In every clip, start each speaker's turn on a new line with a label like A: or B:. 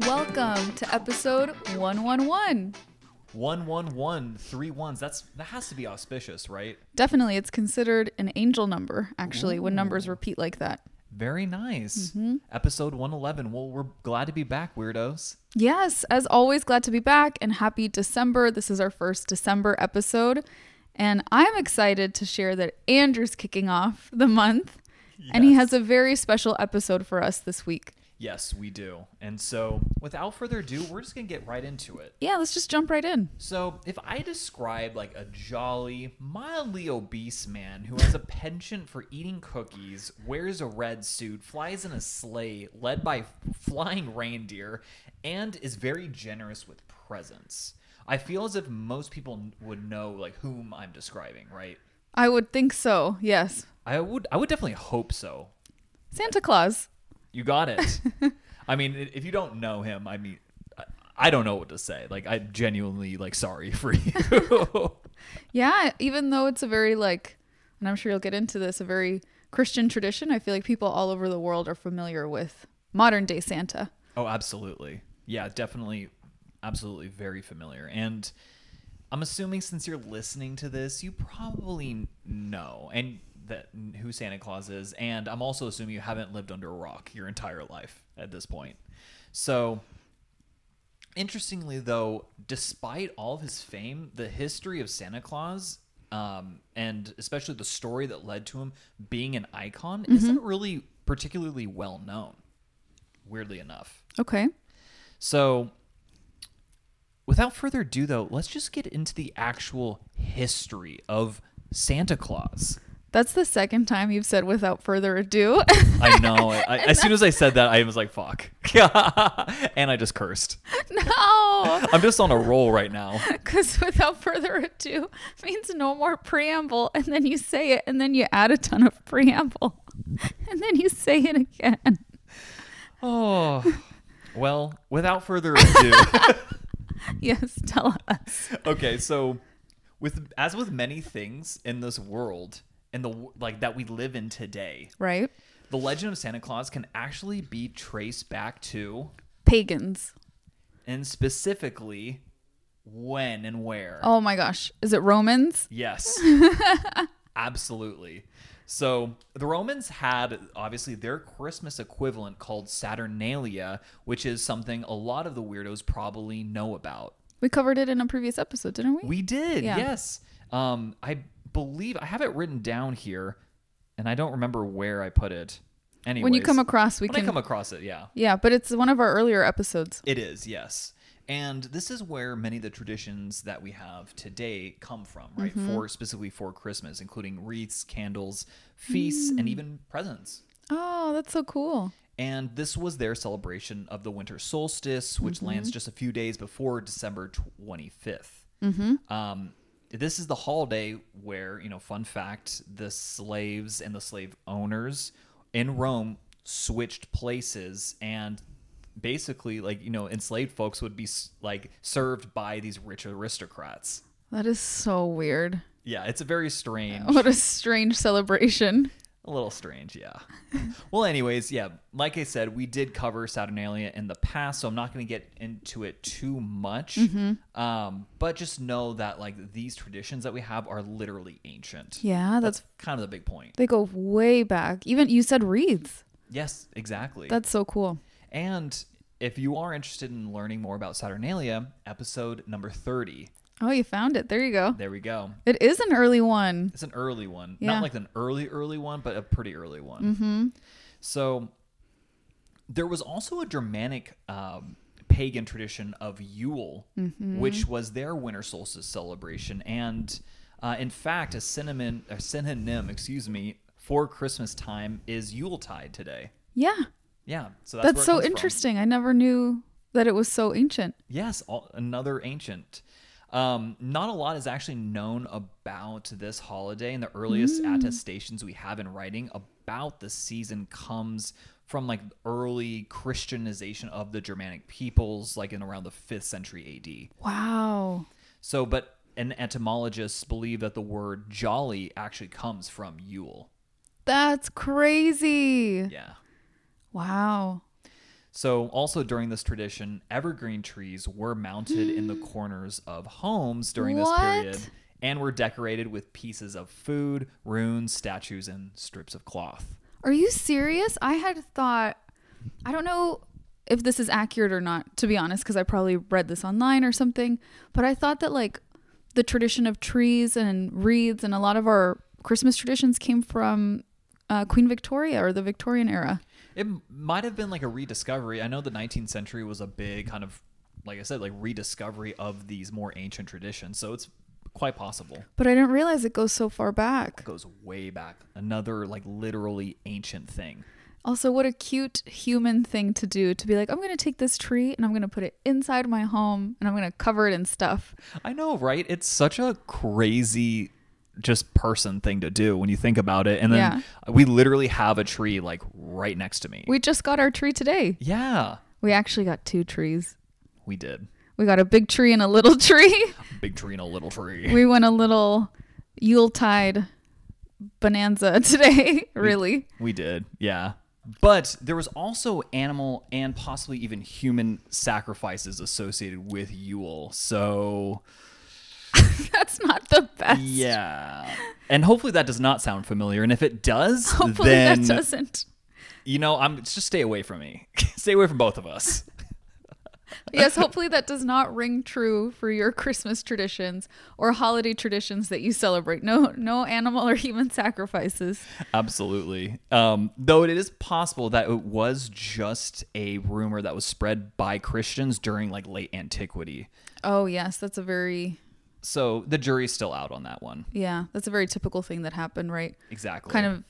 A: Welcome to episode 111.
B: One one one three ones. That's that has to be auspicious, right?
A: Definitely, it's considered an angel number, actually, when numbers repeat like that.
B: Very nice. Episode one eleven. Well, we're glad to be back, weirdos.
A: Yes, as always, glad to be back and happy December. This is our first December episode. And I'm excited to share that Andrew's kicking off the month. And he has a very special episode for us this week.
B: Yes, we do. And so, without further ado, we're just gonna get right into it.
A: Yeah, let's just jump right in.
B: So, if I describe like a jolly, mildly obese man who has a penchant for eating cookies, wears a red suit, flies in a sleigh led by f- flying reindeer, and is very generous with presents, I feel as if most people would know like whom I'm describing, right?
A: I would think so. Yes.
B: I would I would definitely hope so.
A: Santa Claus.
B: You got it. I mean, i- if you don't know him, I mean, I- I don't know what to say. Like, I'm genuinely like sorry for you.
A: Yeah, even though it's a very, like, and I'm sure you'll get into this, a very Christian tradition, I feel like people all over the world are familiar with modern day Santa.
B: oh, absolutely. Yeah, definitely, absolutely, very familiar. And I'm assuming since you're listening to this, you probably know and that who Santa Claus is. And I'm also assuming you haven't lived under a rock your entire life at this point. So Interestingly, though, despite all of his fame, the history of Santa Claus, um, and especially the story that led to him being an icon, isn't really particularly well known, weirdly enough.
A: Okay.
B: So, without further ado, though, let's just get into the actual history of Santa Claus.
A: That's the second time you've said without further ado.
B: I know. I, I, as soon as I said that, I was like, fuck. and I just cursed.
A: no.
B: I'm just on a roll right now.
A: Because without further ado means no more preamble. And then you say it, and then you add a ton of preamble. And then you say it again.
B: Oh. Well, without further ado.
A: Yes, tell us.
B: okay, so with as with many things in this world and the w- like that we live in today,
A: Right?
B: the legend of Santa Claus can actually be traced back to
A: Pagans.
B: and specifically when and where.
A: Oh my gosh. Is it Romans?
B: Yes. Absolutely. So the Romans had obviously their Christmas equivalent called Saturnalia, which is something a lot of the weirdos probably know about.
A: We covered it in a previous episode, didn't we?
B: We did,
A: Yeah.
B: yes. Um, I believe I have it written down here, and I don't remember where I put it. Anyways,
A: when you come across, we
B: when
A: can.
B: I come across it, yeah,
A: yeah, but it's one of our earlier episodes.
B: it is, yes. And this is where many of the traditions that we have today come from, right? For specifically for Christmas, including wreaths, candles, feasts, and even presents.
A: Oh, that's so cool.
B: And this was their celebration of the winter solstice, which lands just a few days before December 25th. Mm-hmm. Um, this is the holiday where, you know, fun fact the slaves and the slave owners in Rome switched places and basically like you know enslaved folks would be s- like served by these rich aristocrats
A: That is so weird.
B: yeah it's a very strange
A: What a strange celebration.
B: a little strange, yeah. well, anyways, yeah. Like I said, we did cover Saturnalia in the past, so I'm not going to get into it too much. Um, but just know that like these traditions that we have are literally ancient.
A: Yeah, that's.
B: That's kind of the big point.
A: They go way back. Even you said wreaths.
B: Yes, exactly.
A: That's so cool.
B: and if you are interested in learning more about Saturnalia, episode number 30.
A: Oh, you found it. There you go.
B: There we go.
A: It is an early one.
B: It's an early one.
A: Yeah. Mm-hmm.
B: Not like an early, early one, but a pretty early one. So there was also a Germanic um, pagan tradition of Yule,
A: Mm-hmm.
B: which was their winter solstice celebration. And uh, in fact, a, cinnamon, a synonym, excuse me, for Christmas time is Yuletide today.
A: Yeah.
B: Yeah. So that's,
A: That's
B: where
A: so
B: it comes from.
A: interesting. I never knew that it was so ancient.
B: Yes, all, another ancient. Um, not a lot is actually known about this holiday, and the earliest attestations we have in writing about the season comes from like early Christianization of the Germanic peoples, like in around the fifth century AD.
A: Wow.
B: So, but and etymologists believe that the word jolly actually comes from Yule.
A: That's crazy.
B: Yeah.
A: Wow.
B: So, also during this tradition, evergreen trees were mounted in the corners of homes during
A: What?
B: this period and were decorated with pieces of food, runes, statues, and strips of cloth.
A: Are you serious? I had thought, I don't know if this is accurate or not, to be honest, because I probably read this online or something, but I thought that like the tradition of trees and wreaths and a lot of our Christmas traditions came from uh, Queen Victoria or the Victorian era.
B: It m- might have been like a rediscovery. I know the 19th century was a big kind of, like I said, like rediscovery of these more ancient traditions. So, it's quite possible.
A: But I didn't realize it goes so far back.
B: goes way back. Another, like, literally ancient thing.
A: Also, what a cute human thing to do to be like, I'm going to take this tree and I'm going to put it inside my home and I'm going to cover it in stuff.
B: I know, right? It's such a crazy just person thing to do when you think about it. And then we literally have a tree like right next to me.
A: We just got our tree today.
B: yeah,
A: We actually got two trees.
B: we did.
A: We got a big tree and a little tree.
B: Big tree and a little tree.
A: We went a little Yuletide bonanza today, really.
B: We did. Yeah. But there was also animal and possibly even human sacrifices associated with Yule. So,
A: That's not the best.
B: yeah. And hopefully that does not sound familiar. And if it does,
A: Hopefully
B: then
A: that doesn't.
B: you know, I'm just stay away from me. stay away from both of us.
A: Yes, hopefully that does not ring true for your Christmas traditions or holiday traditions that you celebrate. No no animal or human sacrifices.
B: Absolutely. Um, though it is possible that it was just a rumor that was spread by Christians during like late antiquity.
A: Oh yes, that's a very
B: So the jury's still out on that one.
A: yeah, that's a very typical thing that happened, right?
B: Exactly.
A: Kind of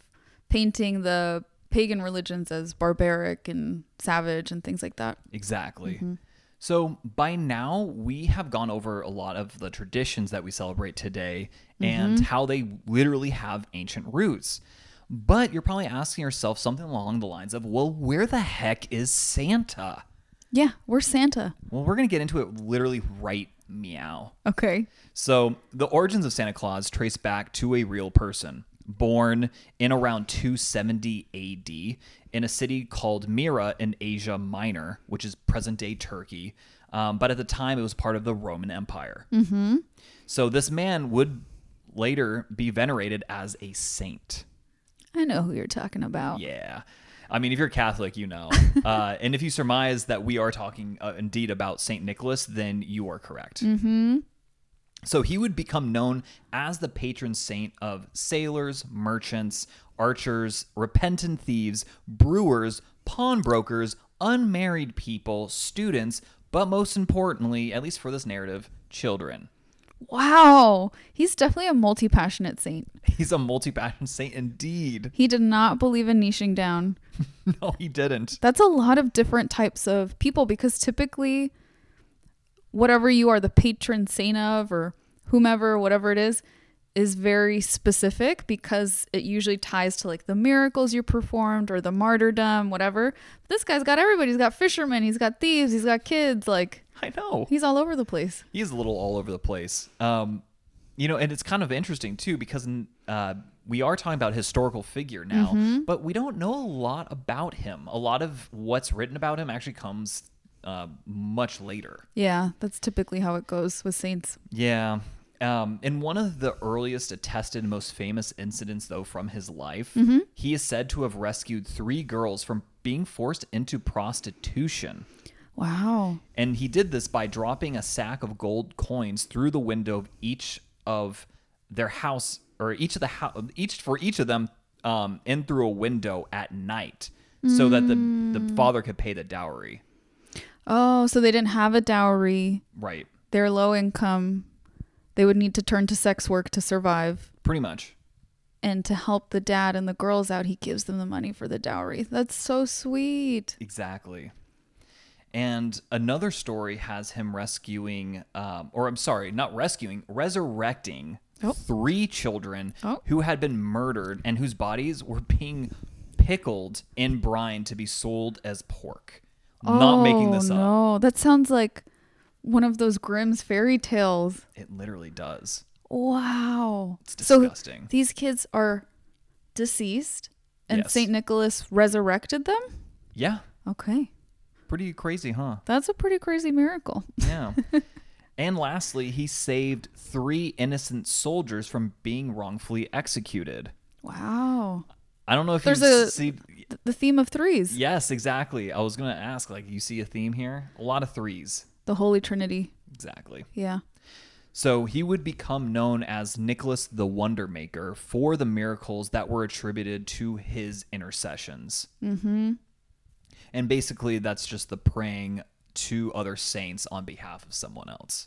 A: painting the pagan religions as barbaric and savage and things like that.
B: Exactly.
A: mm-hmm.
B: So by now, we have gone over a lot of the traditions that we celebrate today
A: Mm-hmm.
B: and how they literally have ancient roots. But you're probably asking yourself something along the lines of, well, where the heck is Santa?
A: Yeah, we're Santa.
B: Well, we're going to get into it literally right meow.
A: Okay.
B: So, the origins of Santa Claus trace back to a real person born in around 270 AD in a city called Mira in Asia Minor, which is present day Turkey. Um, but at the time, it was part of the Roman Empire. Mm-hmm. So, this man would later be venerated as a saint.
A: I know who you're talking about.
B: Yeah. I mean, if you're Catholic, you know. uh, and if you surmise that we are talking uh, indeed about St. Nicholas, then you are correct. Mm-hmm. So he would become known as the patron saint of sailors, merchants, archers, repentant thieves, brewers, pawnbrokers, unmarried people, students, but most importantly, at least for this narrative, children.
A: Wow. He's definitely a multi passionate saint.
B: He's a multi passion saint indeed.
A: He did not believe in niching down.
B: No, he didn't.
A: That's a lot of different types of people because typically, whatever you are the patron saint of or whomever, whatever it is, is very specific because it usually ties to like the miracles you performed or the martyrdom, whatever. This guy's got everybody. He's got fishermen, he's got thieves, he's got kids. Like,
B: I know.
A: he's all over the place.
B: he's a little all over the place. Um, you know, and it's kind of interesting too because uh, we are talking about historical figure now, but we don't know a lot about him. A lot of what's written about him actually comes uh, much later.
A: Yeah, that's typically how it goes with saints.
B: Yeah. Um, in one of the earliest attested and most famous incidents, though, from his life, he is said to have rescued three girls from being forced into prostitution.
A: Wow.
B: And he did this by dropping a sack of gold coins through the window of each of their house, or each of the house, each for each of them, um, in through a window at night, so that the the father could pay the dowry.
A: Oh, so they didn't have a dowry.
B: Right,
A: They're low income. They would need to turn to sex work to survive.
B: pretty much.
A: And to help the dad and the girls out, he gives them the money for the dowry. That's so sweet.
B: Exactly. And another story has him rescuing, um, or I'm sorry, not rescuing, resurrecting
A: Oh.
B: three children
A: Oh.
B: who had been murdered and whose bodies were being pickled in brine to be sold as pork. not making this
A: oh,
B: up.
A: No, that sounds like one of those Grimm's fairy tales.
B: It literally does.
A: Wow.
B: It's
A: So
B: disgusting.
A: these kids are deceased and
B: Yes.
A: St. Nicholas resurrected them?
B: Yeah.
A: Okay.
B: Pretty crazy, huh?
A: That's a pretty crazy miracle.
B: Yeah. and lastly, he saved three innocent soldiers from being wrongfully executed.
A: Wow.
B: I don't know if
A: There's
B: you
A: a-
B: see.
A: Th- The theme of threes,
B: Yes, exactly. I was going to ask, like, you see a theme here? A lot of threes.
A: the Holy Trinity.
B: Exactly.
A: Yeah.
B: So he would become known as Nicholas the Wonder Maker for the miracles that were attributed to his intercessions. Mm-hmm. And basically, that's just the praying to other saints on behalf of someone else.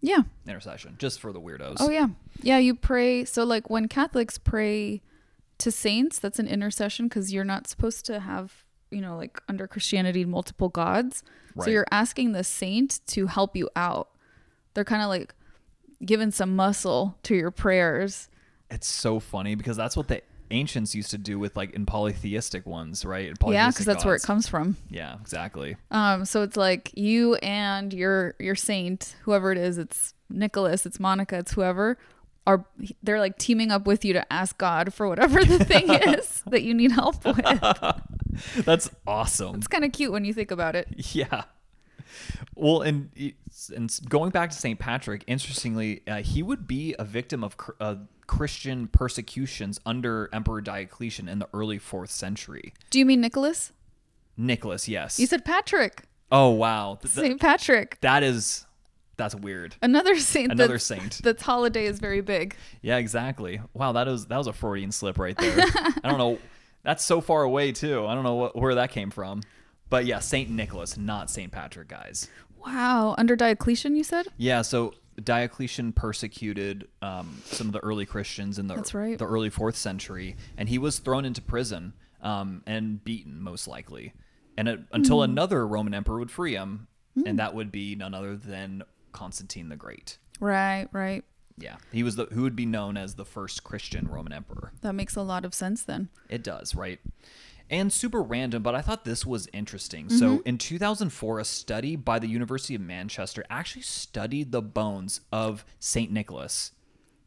A: Yeah.
B: Intercession, just for the weirdos.
A: Oh, yeah. Yeah. You pray. So, like when Catholics pray to saints, that's an intercession because you're not supposed to have, you know, like under Christianity, multiple gods.
B: Right.
A: So, you're asking the saint to help you out. They're kind of like giving some muscle to your prayers.
B: It's so funny because that's what the ancients used to do with like in polytheistic ones, right? In
A: yeah.
B: polytheistic
A: Because that's where it
B: gods.
A: comes from.
B: Yeah, exactly.
A: Um, so it's like you and your your saint, whoever it is, it's Nicholas, it's Monica, it's whoever, are they're like teaming up with you to ask God for whatever the thing is that you need help with. It's
B: That's awesome.
A: kind of cute when you think about it.
B: Yeah. Well, and it's- and s- going back to St. Patrick, interestingly, uh, he would be a victim of cr- uh, Christian persecutions under Emperor Diocletian in the early fourth century.
A: Do you mean Nicholas?
B: Nicholas, yes.
A: You said Patrick,
B: oh wow, Th- th-
A: Saint Patrick,
B: that is that's weird.
A: another saint.
B: Another
A: that's,
B: saint.
A: That's holiday is very big.
B: Yeah, exactly. Wow, that was that was a Freudian slip right there. I don't know. That's so far away too. I don't know what, where that came from. But yeah, Saint Nicholas, not Saint Patrick, guys.
A: Wow, under Diocletian, you said.
B: Yeah, so Diocletian persecuted um, some of the early Christians in the
A: That's right.
B: the early fourth century, and he was thrown into prison um, and beaten, most likely, and it, until
A: Hmm.
B: another Roman emperor would free him, and that would be none other than Constantine the Great.
A: Right, right.
B: Yeah, he was the who would be known as the first Christian Roman emperor.
A: That makes a lot of sense then.
B: It does, right? And super random, but I thought this was interesting. So, in 2004, a study by the University of Manchester actually studied the bones of St. Nicholas,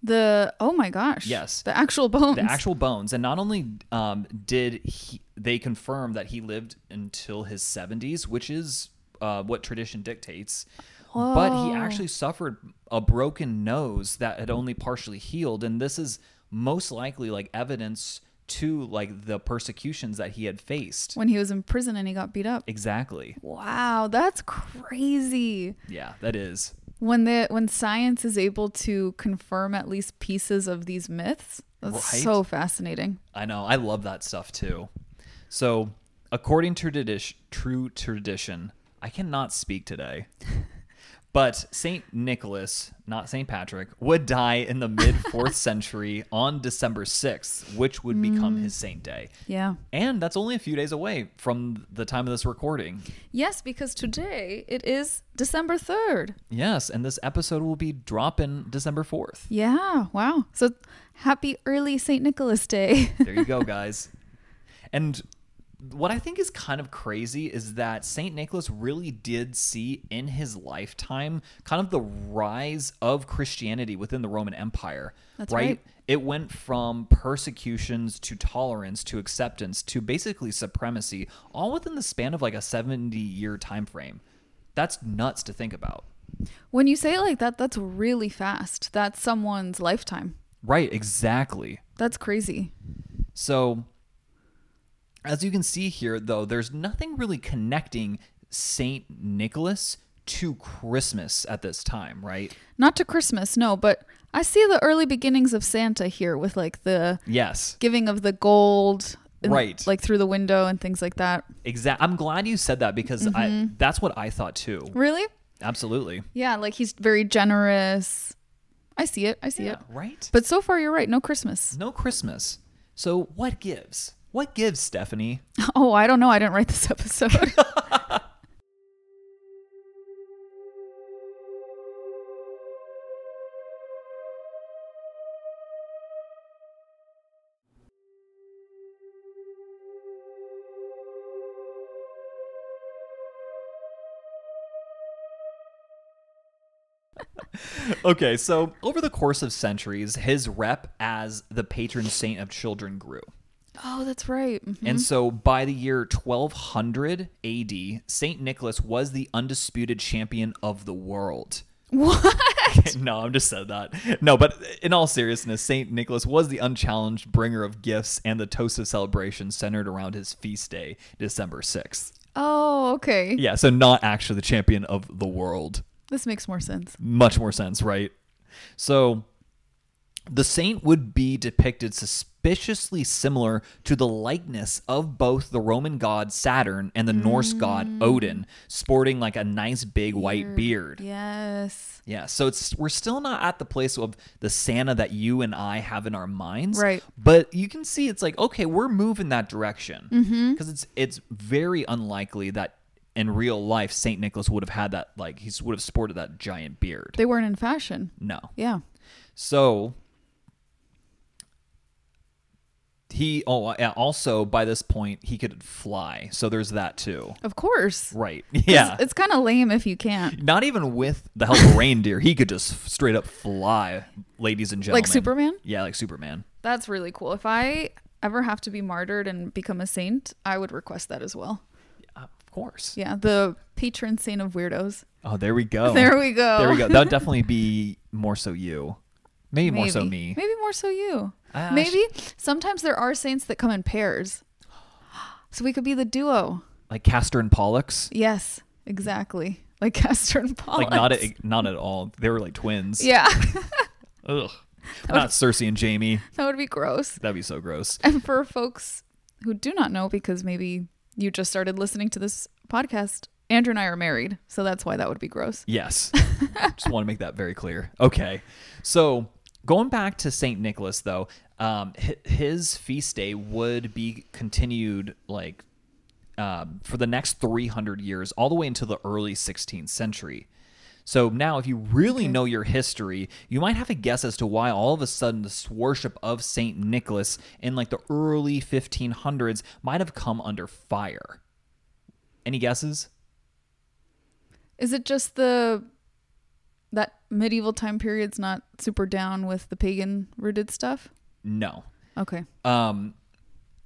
A: The oh my gosh.
B: Yes.
A: The actual bones.
B: the actual bones. And not only um, did he, they confirm that he lived until his 70s, which is uh, what tradition dictates, but he
A: Whoa.
B: actually suffered a broken nose that had only partially healed. And this is most likely like evidence to like the persecutions that he had faced.
A: when he was in prison and he got beat up.
B: Exactly.
A: Wow, that's crazy.
B: Yeah, that is.
A: When the when science is able to confirm at least pieces of these myths, that's
B: Right?
A: so fascinating.
B: I know. I love that stuff too. So, according to tradition, true tradition, I cannot speak today. But Saint Nicholas, not Saint Patrick, would die in the mid fourth century on December sixth, which would become his saint day.
A: Yeah.
B: And that's only a few days away from the time of this recording.
A: Yes, because today it is December 3rd.
B: Yes, and this episode will be dropping December fourth.
A: Yeah, wow. So happy early St. Nicholas Day.
B: There you go, guys. And what I think is kind of crazy is that St. Nicholas really did see in his lifetime kind of the rise of Christianity within the Roman Empire.
A: That's right.
B: It went from persecutions to tolerance to acceptance to basically supremacy, all within the span of like a 70 year time frame. That's nuts to think about.
A: when you say it like that, that's really fast. That's someone's lifetime.
B: Right, exactly.
A: That's crazy.
B: So, as you can see here, though, there's nothing really connecting St. Nicholas to Christmas at this time, right?
A: Not to Christmas, no, but I see the early beginnings of Santa here with like the
B: Yes,
A: giving of the gold and,
B: Right.
A: like through the window and things like that
B: exactly. I'm glad you said that because I that's what I thought too.
A: really
B: Absolutely.
A: yeah like he's very generous I see it. I see it.
B: Right?
A: But so far, you're right. No Christmas.
B: no Christmas. So what gives? What gives, Stephanie?
A: Oh, I don't know. I didn't write this episode.
B: okay, so over the course of centuries, his rep as the patron saint of children grew.
A: oh, that's right. Mhm.
B: And so by the year 1200 AD, St. Nicholas was the undisputed champion of the world.
A: What?
B: no, I'm just said that. No, but in all seriousness, St. Nicholas was the unchallenged bringer of gifts and the toast of celebration centered around his feast day, December 6th.
A: Oh, okay.
B: Yeah, so not actually the champion of the world.
A: This makes more sense.
B: much more sense, right? So the saint would be depicted suspiciously similar to the likeness of both the Roman god Saturn and the Norse god Odin, sporting like a nice big white beard.
A: Yes.
B: Yeah, so it's we're still not at the place of the Santa that you and I have in our minds,
A: Right.
B: But you can see it's like okay, we're moving that direction because it's it's very unlikely that in real life Saint Nicholas would have had that like he would have sported that giant beard.
A: They weren't in fashion.
B: No.
A: Yeah.
B: So he oh yeah, also by this point he could fly. So there's that too.
A: Of course.
B: Right. Yeah.
A: It's, kind of lame if you can't.
B: Not even with the help of reindeer, he could just f- straight up fly, ladies and gentlemen.
A: Like Superman?
B: Yeah, like Superman.
A: That's really cool. If I ever have to be martyred and become a saint, I would request that as well.
B: Of course.
A: Yeah, the patron saint of weirdos.
B: Oh, there we go.
A: There we go.
B: There we go. That would definitely be more so you. Maybe, more so me.
A: Maybe more so you.
B: I- I
A: Maybe sometimes there are saints that come in pairs. So we could be the duo.
B: Like Castor and Pollux.
A: Yes, exactly. Like Castor and Pollux.
B: Like not at, not at all. They were like twins.
A: Yeah,
B: Ugh. Not Cersei and Jamie.
A: that would be gross.
B: That'd be so gross.
A: And for folks who do not know, because maybe you just started listening to this podcast, Andrew and I are married, so that's why that would be gross.
B: Yes. Just want to make that very clear. Okay. So going back to St. Nicholas, though, um, hi- his feast day would be continued like um, for the next 300 years, all the way into the early 16th century. So now, if you really know your history, you might have a guess as to why all of a sudden this worship of St. Nicholas in like the early 1500s might have come under fire. Any guesses?
A: Is it just the that medieval time period's not super down with the pagan rooted stuff?
B: No.
A: Okay,
B: Um,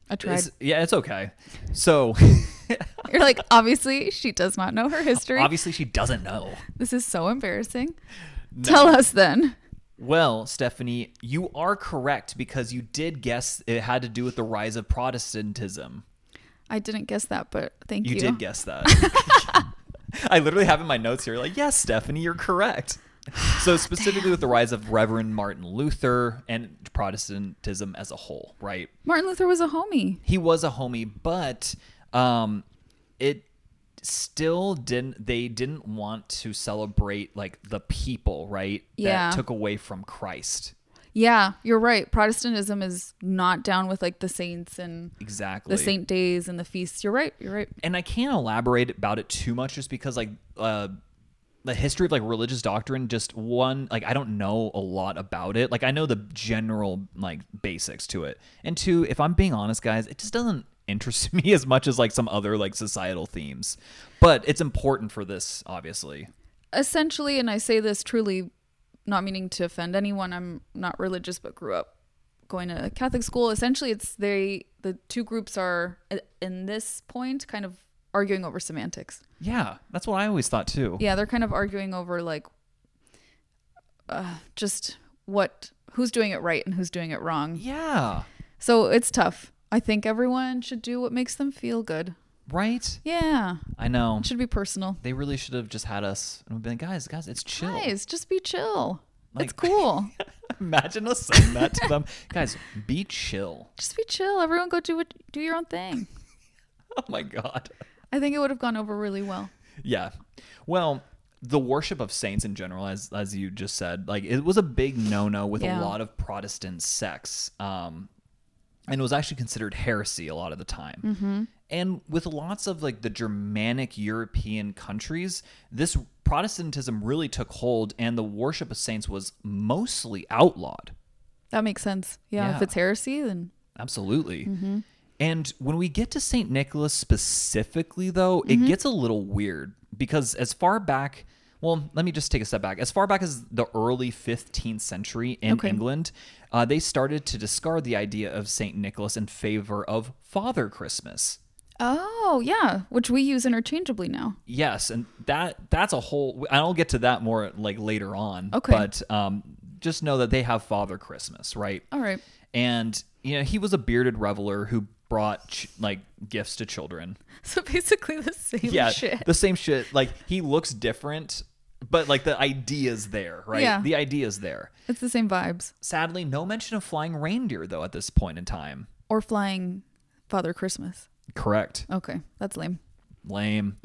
A: I tried.
B: It's- yeah, it's okay. So
A: You're like, obviously, she does not know her history.
B: obviously she doesn't know.
A: this is so embarrassing. Tell us then.
B: Well, Stephanie, you are correct because you did guess it had to do with the rise of Protestantism.
A: I didn't guess that, but thank you.
B: You, did guess that. I literally have in my notes here like, yes, Stephanie, you're correct. So specifically with the rise of Reverend Martin Luther and Protestantism as a whole, right?
A: Martin Luther was a homie.
B: he was a homie, but um, it still didn't. They didn't want to celebrate like the people, right?
A: Yeah.
B: That took away from Christ.
A: Yeah, you're right. Protestantism is not down with like the saints and
B: Exactly.
A: the saint days and the feasts. You're right. You're right.
B: And I can't elaborate about it too much, just because like uh, the history of like religious doctrine. Just one, like I don't know a lot about it. Like I know the general like basics to it. And two, if I'm being honest, guys, it just doesn't interest me as much as like some other like societal themes. But it's important for this, obviously.
A: Essentially, and I say this truly not meaning to offend anyone. I'm not religious but grew up going to Catholic school. Essentially, it's they the two groups are uh, in this point kind of arguing over semantics.
B: Yeah, that's what I always thought too.
A: Yeah, they're kind of arguing over like uh, just what who's doing it right and who's doing it wrong.
B: Yeah,
A: So it's tough. I think everyone should do what makes them feel good.
B: right?
A: Yeah.
B: I know.
A: It should be personal.
B: They really should have just had us and been like, guys, guys, it's chill.
A: Guys, just be chill. it's
B: Like-
A: cool.
B: Imagine us saying that to them. Guys, be chill.
A: just be chill. Everyone go do what do your own thing.
B: Oh my God.
A: I think it would have gone over really well.
B: Yeah. Well, the worship of saints in general, as as you just said, like it was a big no no with
A: Yeah.
B: a lot of Protestant sects, um, and it was actually considered heresy a lot of the time. And with lots of like the Germanic European countries, this Protestantism really took hold, and the worship of saints was mostly outlawed.
A: That makes sense. Yeah,
B: Yeah.
A: If it's heresy, then
B: Absolutely.
A: Mm-hmm.
B: And when we get to St. Nicholas specifically, though,
A: Mm-hmm.
B: it gets a little weird because as far back, well, let me just take a step back. As far back as the early 15th century in
A: Okay.
B: England, uh, they started to discard the idea of St. Nicholas in favor of Father Christmas.
A: oh yeah, which we use interchangeably now.
B: Yes, and that that's a whole. I'll get to that more like later on.
A: Okay.
B: But um, just know that they have Father Christmas, right?
A: All right.
B: and you know he was a bearded reveler who brought ch- like gifts to children
A: So basically the same
B: yeah
A: shit.
B: the same shit like he looks different but like the idea's there right
A: Yeah.
B: the idea's there
A: It's the same vibes.
B: sadly no mention of flying reindeer though at this point in time
A: Or flying Father Christmas.
B: correct
A: Okay, that's lame.
B: lame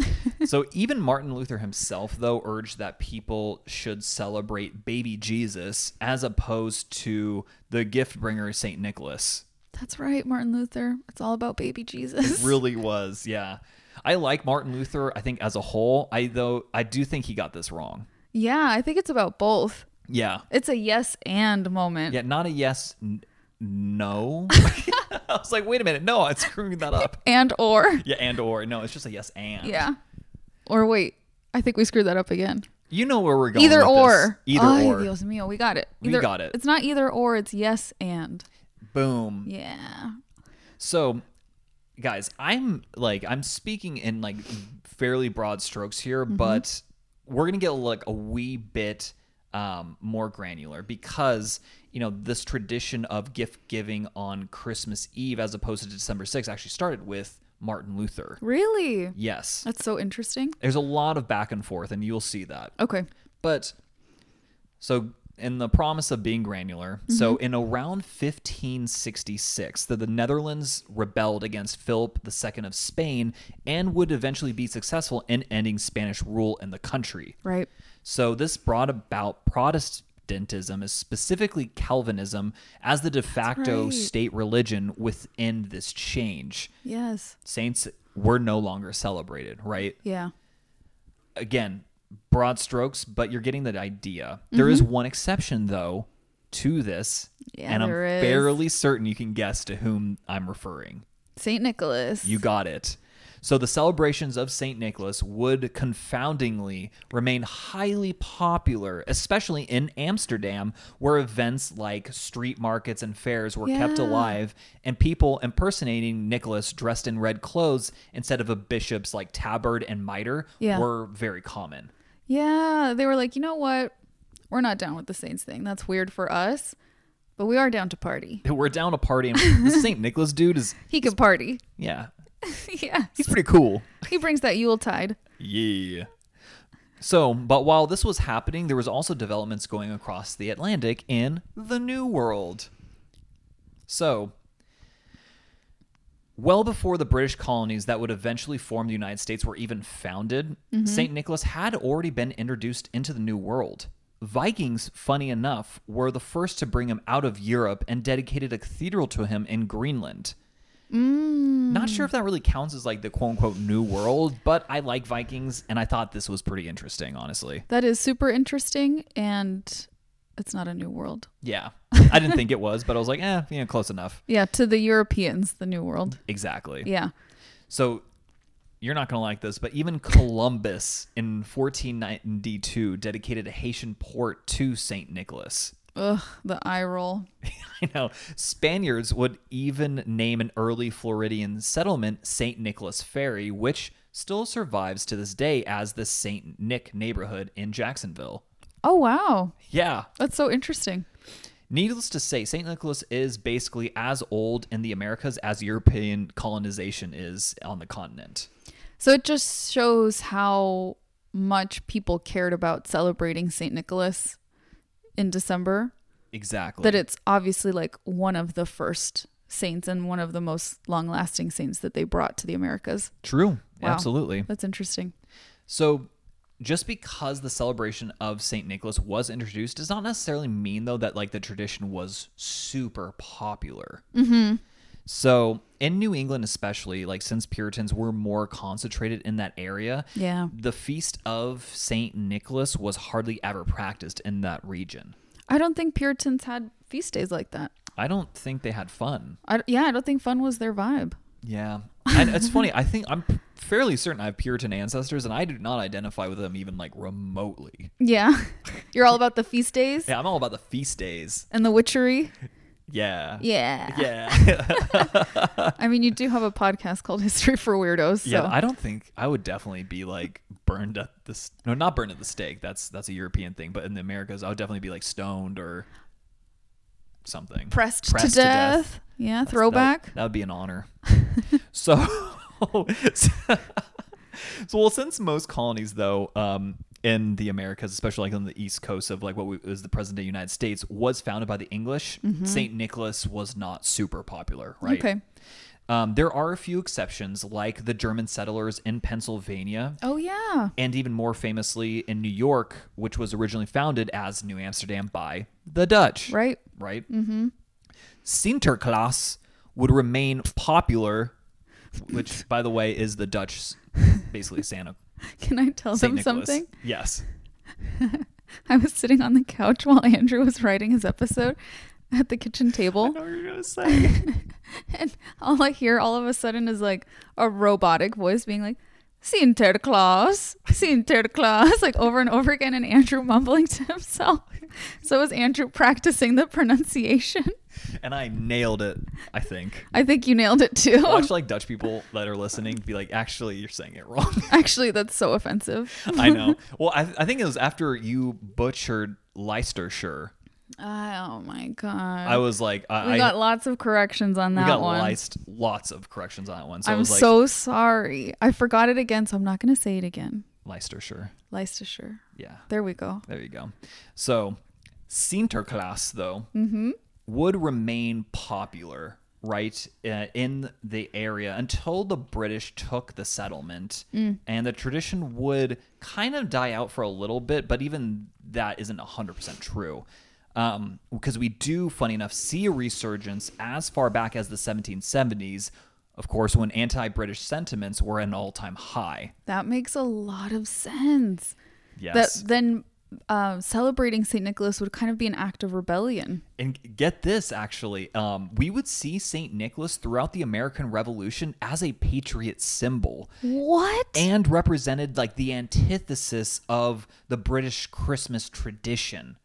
B: so even martin luther himself though urged that people should celebrate baby jesus as opposed to the gift bringer saint nicholas
A: That's right, Martin Luther. It's all about baby Jesus.
B: really was yeah i like martin luther i think as a whole i though i do think he got this wrong
A: yeah, I think it's about both.
B: yeah
A: It's a yes and moment.
B: yeah not a yes n- no i was like wait a minute no i'm screwing that up
A: And or.
B: yeah and or no it's just a yes and
A: Yeah. Or wait, I think we screwed that up again.
B: you know where we're going
A: Either
B: with this.
A: or.
B: either
A: Ay,
B: or
A: Dios mío, we got it.
B: We
A: Either-
B: got it.
A: It's not either or, it's yes and.
B: boom
A: Yeah.
B: So, guys, I'm like I'm speaking in like fairly broad strokes here, but we're gonna get like a wee bit um, more granular because you know this tradition of gift giving on Christmas Eve as opposed to December 6th actually started with Martin Luther.
A: Really?
B: Yes,
A: That's so interesting.
B: there's a lot of back and forth, and you'll see that.
A: Okay.
B: But so in the promise of being granular, so in around 1566, the, the Netherlands rebelled against Philip II of Spain and would eventually be successful in ending Spanish rule in the country.
A: Right.
B: So this brought about Protestantism, is specifically Calvinism, as the de facto
A: right.
B: state religion within this change.
A: Yes.
B: Saints were no longer celebrated, right?
A: Yeah.
B: again, broad strokes, but you're getting the idea. There is one exception though to this,
A: Mm-hmm. Yeah,
B: and I'm
A: there is.
B: fairly certain you can guess to whom I'm referring.
A: St. Nicholas.
B: You got it. So the celebrations of St. Nicholas would confoundingly remain highly popular, especially in Amsterdam, where events like street markets and fairs were kept
A: Yeah.
B: alive and people impersonating Nicholas dressed in red clothes instead of a bishop's like tabard and mitre
A: Yeah.
B: were very common.
A: Yeah, they were like, you know what? We're not down with the Saints thing. That's weird for us, but we are down to party.
B: we're down a party and this St. Nicholas dude is
A: He can party.
B: yeah,
A: yeah,
B: he's pretty cool.
A: he brings that Yuletide.
B: Yeah. So, but while this was happening, there was also developments going across the Atlantic in the New World. So, well before the British colonies that would eventually form the United States were even founded, St. Nicholas had already been introduced into the New World. Vikings, funny enough, were the first to bring him out of Europe and dedicated a cathedral to him in Greenland. Not sure if that really counts as like the quote unquote New World, but I like Vikings and I thought this was pretty interesting, honestly.
A: That is super interesting, and it's not a new world.
B: Yeah. I didn't think it was, but I was like, eh, you know, close enough.
A: Yeah, to the Europeans, the new world.
B: Exactly.
A: Yeah.
B: So you're not going to like this, but even Columbus in 1492 dedicated a Haitian port to St. Nicholas.
A: Ugh, the eye roll.
B: I know. Spaniards would even name an early Floridian settlement St. Nicholas Ferry, which still survives to this day as the St. Nick neighborhood in Jacksonville.
A: Oh wow,
B: Yeah.
A: that's so interesting.
B: Needless to say, St. Nicholas is basically as old in the Americas as European colonization is on the continent.
A: So it just shows how much people cared about celebrating St. Nicholas in December.
B: Exactly.
A: that it's obviously like one of the first saints and one of the most long-lasting saints that they brought to the Americas.
B: True.
A: Wow.
B: Absolutely.
A: That's interesting.
B: So just because the celebration of St. Nicholas was introduced does not necessarily mean though that like the tradition was super popular.
A: Mm-hmm.
B: So in New England, especially, like since Puritans were more concentrated in that area,
A: Yeah.
B: the feast of Saint Nicholas was hardly ever practiced in that region.
A: I don't think Puritans had feast days like that.
B: I don't think they had fun.
A: I, d- yeah, I don't think fun was their vibe.
B: Yeah, and it's funny. I think I'm fairly certain I have Puritan ancestors, and I do not identify with them even like remotely.
A: Yeah. You're all about the feast days
B: Yeah, I'm all about the feast days.
A: and the witchery.
B: Yeah.
A: Yeah.
B: Yeah.
A: I mean, you do have a podcast called History for Weirdos. So
B: Yeah, I don't think I would definitely be like burned at the s- no, not burned at the stake. That's that's a European thing, but in the Americas, I would definitely be like stoned or something.
A: pressed, to, death. Yeah, throwback.
B: That, that would be an honor. so, so, well, since most colonies though, um, in the Americas, especially like on the East Coast of like what we, was the present day United States, was founded by the English. Saint Nicholas was not super popular, right?
A: Mm-hmm. Okay.
B: Um, there are a few exceptions, like the German settlers in Pennsylvania,
A: Oh yeah.
B: and even more famously in New York, which was originally founded as New Amsterdam by the Dutch.
A: Right.
B: Right? Mm-hmm. Sinterklaas would remain popular, which, by the way, is the Dutch, basically Santa.
A: Can I tell
B: Saint
A: them
B: Nicholas.
A: something?
B: Yes.
A: I was sitting on the couch while Andrew was writing his episode at the kitchen table,
B: know what you're going to say.
A: and all I hear all of a sudden is like a robotic voice being like, Sinterklaas, Sinterklaas, like over and over again, and Andrew mumbling to himself. So was Andrew practicing the pronunciation?
B: and I nailed it, I think.
A: I think you nailed it too.
B: Watch like Dutch people that are listening be like, actually, you're saying it wrong.
A: Actually, that's so offensive.
B: I know. Well, I, I think it was after you butchered Leicestershire.
A: Oh my god.
B: I was like, I,
A: we got
B: I,
A: lots of corrections on
B: we
A: that
B: got
A: one.
B: liced lots of corrections on that one. So it
A: I'm
B: was like
A: so sorry. I forgot it again, so I'm not going to say it again.
B: Leicestershire.
A: Leicestershire.
B: Yeah,
A: There we go.
B: there you go. So Sinterklaas, though, would remain popular, right, uh, in the area until the British took the settlement. And the tradition would kind of die out for a little bit, but even that isn't 100% true. Um, because we do, funny enough, see a resurgence as far back as the 1770s, of course, when anti British sentiments were at an all time high.
A: That makes a lot of sense.
B: Yes.
A: That then um, celebrating St. Nicholas would kind of be an act of rebellion.
B: And get this, actually, um, we would see St. Nicholas throughout the American Revolution as a patriot symbol
A: What?
B: and represented like the antithesis of the British Christmas tradition.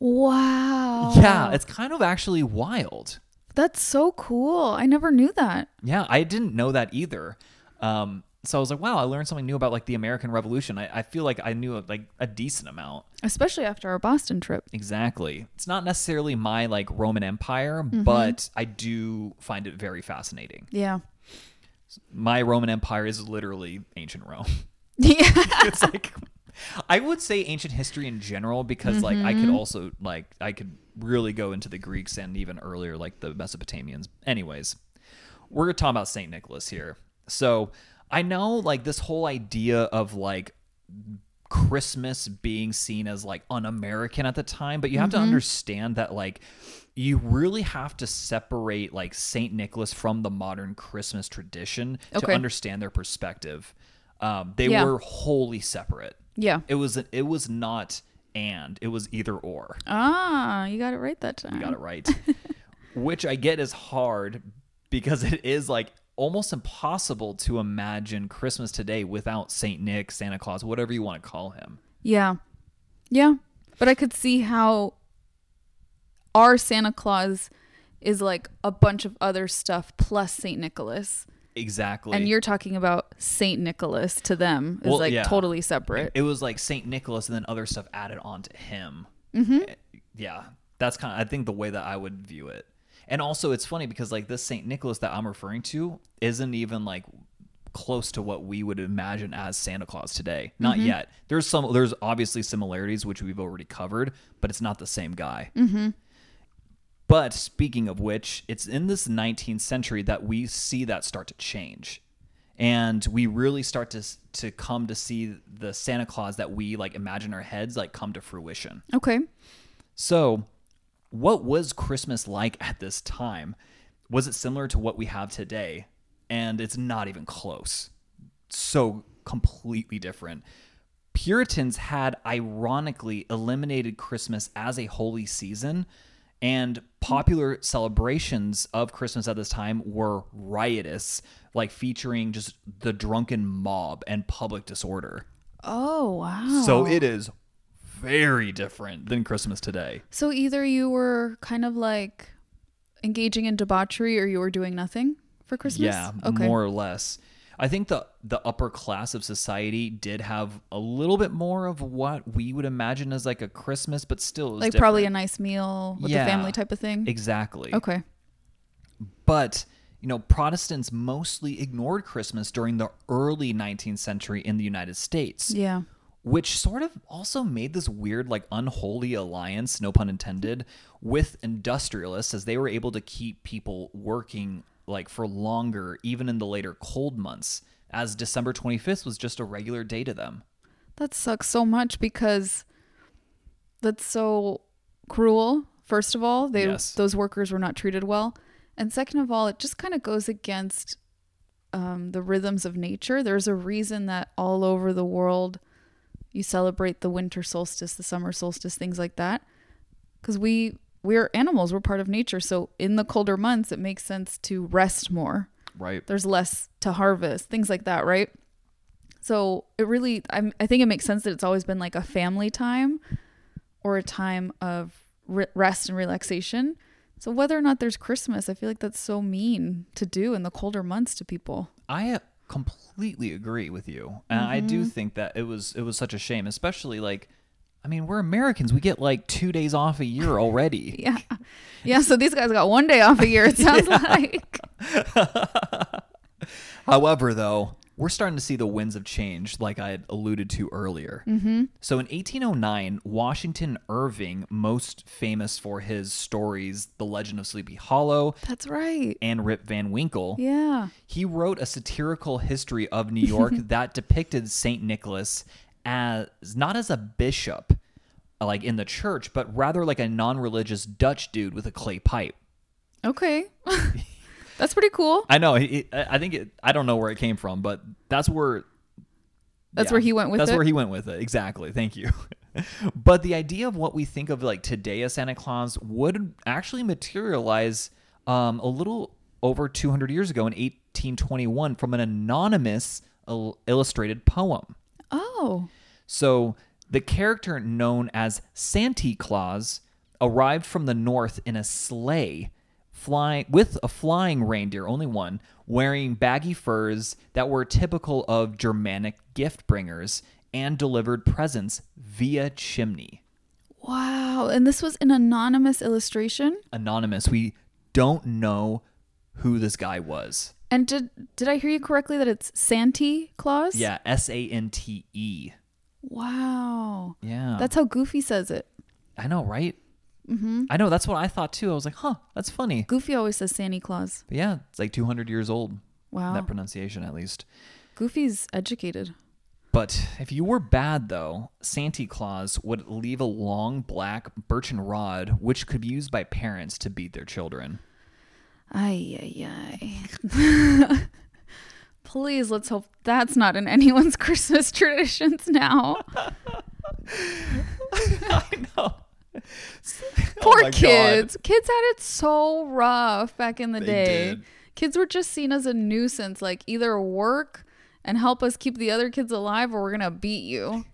A: Oh, wow.
B: Yeah, it's kind of actually wild.
A: That's so cool. I never knew that.
B: Yeah, I didn't know that either. Um, so I was like, wow, I learned something new about like the American Revolution. I, I feel like I knew like a decent amount.
A: Especially after our Boston trip.
B: Exactly. It's not necessarily my like Roman Empire, but I do find it very fascinating.
A: Yeah.
B: my Roman Empire is literally ancient Rome.
A: Yeah.
B: it's like I would say ancient history in general because like I could also like I could really go into the Greeks and even earlier like the Mesopotamians. Anyways, we're talking about Saint Nicholas here. So I know like this whole idea of like Christmas being seen as like un-American at the time, but you have to understand that like you really have to separate like Saint Nicholas from the modern Christmas tradition to
A: Okay.
B: understand their perspective. Um, they
A: Yeah.
B: were wholly separate.
A: yeah.
B: It was it was not and it was either or.
A: Ah, you got it right that time.
B: You got it right. Which I get is hard because it is like almost impossible to imagine Christmas today without Saint Nick, Santa Claus, whatever you want to call him.
A: Yeah. Yeah. But I could see how our Santa Claus is like a bunch of other stuff plus St. Nicholas.
B: Exactly.
A: And you're talking about St. Nicholas to them is
B: Well,
A: like
B: yeah.
A: totally separate.
B: it was like Saint Nicholas and then other stuff added onto him. Eh, Yeah, that's kind of I think the way that I would view it. And also, it's funny because like this Saint Nicholas that I'm referring to isn't even like close to what we would imagine as Santa Claus today. Not yet. There's some. There's obviously similarities which we've already covered, but it's not the same guy. But speaking of which, it's in this 19th century that we see that start to change. and we really start to s- to come to see the Santa Claus that we like imagine in our heads like come to fruition.
A: Okay.
B: So, what was Christmas like at this time? Was it similar to what we have today? And it's not even close. So completely different. Puritans had ironically eliminated Christmas as a holy season, and popular celebrations of Christmas at this time were riotous, like featuring just the drunken mob and public disorder.
A: Oh, wow.
B: So it is very different than Christmas today.
A: So either you were kind of like engaging in debauchery or you were doing nothing for Christmas?
B: Yeah,
A: Okay.
B: more or less. I think the the upper class of society did have a little bit more of what we would imagine as like a Christmas, but still it was
A: like probably a
B: different.
A: nice meal with
B: Yeah.
A: the family type of thing.
B: exactly.
A: Okay.
B: But you know, Protestants mostly ignored Christmas during the early 19th century in the United States,
A: Yeah.
B: which sort of also made this weird, like, unholy alliance, no pun intended, with industrialists as they were able to keep people working like for longer, even in the later cold months, as December 25th was just a regular day to them.
A: That sucks so much because that's so cruel. First of all, they
B: Yes.
A: those workers were not treated well, and second of all, it just kind of goes against um, the rhythms of nature. There's a reason that all over the world you celebrate the winter solstice, the summer solstice, things like that, because we we're animals. We're part of nature, so in the colder months, it makes sense to rest more
B: Right.
A: there's less to harvest, things like that, right? So it really, I'm, I think it makes sense that it's always been like a family time or a time of re- rest and relaxation. So whether or not there's Christmas, I feel like that's so mean to do in the colder months to people.
B: I completely agree with you, and I do think that it was it was such a shame, especially like, I mean, we're Americans; we get like two days off a year already.
A: Yeah. Yeah. So these guys got one day off a year, it sounds like.
B: However, though, we're starting to see the winds of change, like I had alluded to earlier. Mm-hmm. So, in 1809, Washington Irving, most famous for his stories "The Legend of Sleepy Hollow"
A: That's right.
B: and "Rip Van Winkle,"
A: Yeah.
B: He wrote a satirical history of New York that depicted St. Nicholas as not as a bishop, like in the church, but rather like a non religious Dutch dude with a clay pipe.
A: Okay. that's pretty cool.
B: I know. He, I I think it, I don't know where it came from, but that's where.
A: That's where he went with
B: that's
A: it?
B: where he went with it. Exactly. Thank you. but the idea of what we think of like today as Santa Claus would actually materialize um, a little over 200 years ago in 1821 from an anonymous il- illustrated poem.
A: Oh.
B: So the character known as Santa Claus arrived from the north in a sleigh flying with a flying reindeer, only one, wearing baggy furs that were typical of Germanic gift bringers and delivered presents via chimney.
A: Wow. And this was an anonymous illustration.
B: Anonymous, we don't know who this guy was.
A: And did did I hear you correctly that it's Santy Claus?
B: Yeah, S A N T E.
A: Wow.
B: Yeah.
A: That's how Goofy says it.
B: I know, right? Mm-hmm. I know, that's what I thought too. I was like, huh, that's funny.
A: Goofy always says Santa Claus.
B: But yeah, it's like 200 years old.
A: Wow.
B: That pronunciation, at least.
A: Goofy's educated.
B: But if you were bad, though, Santa Claus would leave a long black birchen rod, which could be used by parents to beat their children.
A: Ay ay ay. Please let's hope that's not in anyone's Christmas traditions now.
B: Oh I know.
A: Poor kids. Kids had it so rough back in the day.
B: did.
A: Kids were just seen as a nuisance, like either work and help us keep the other kids alive or we're gonna beat you.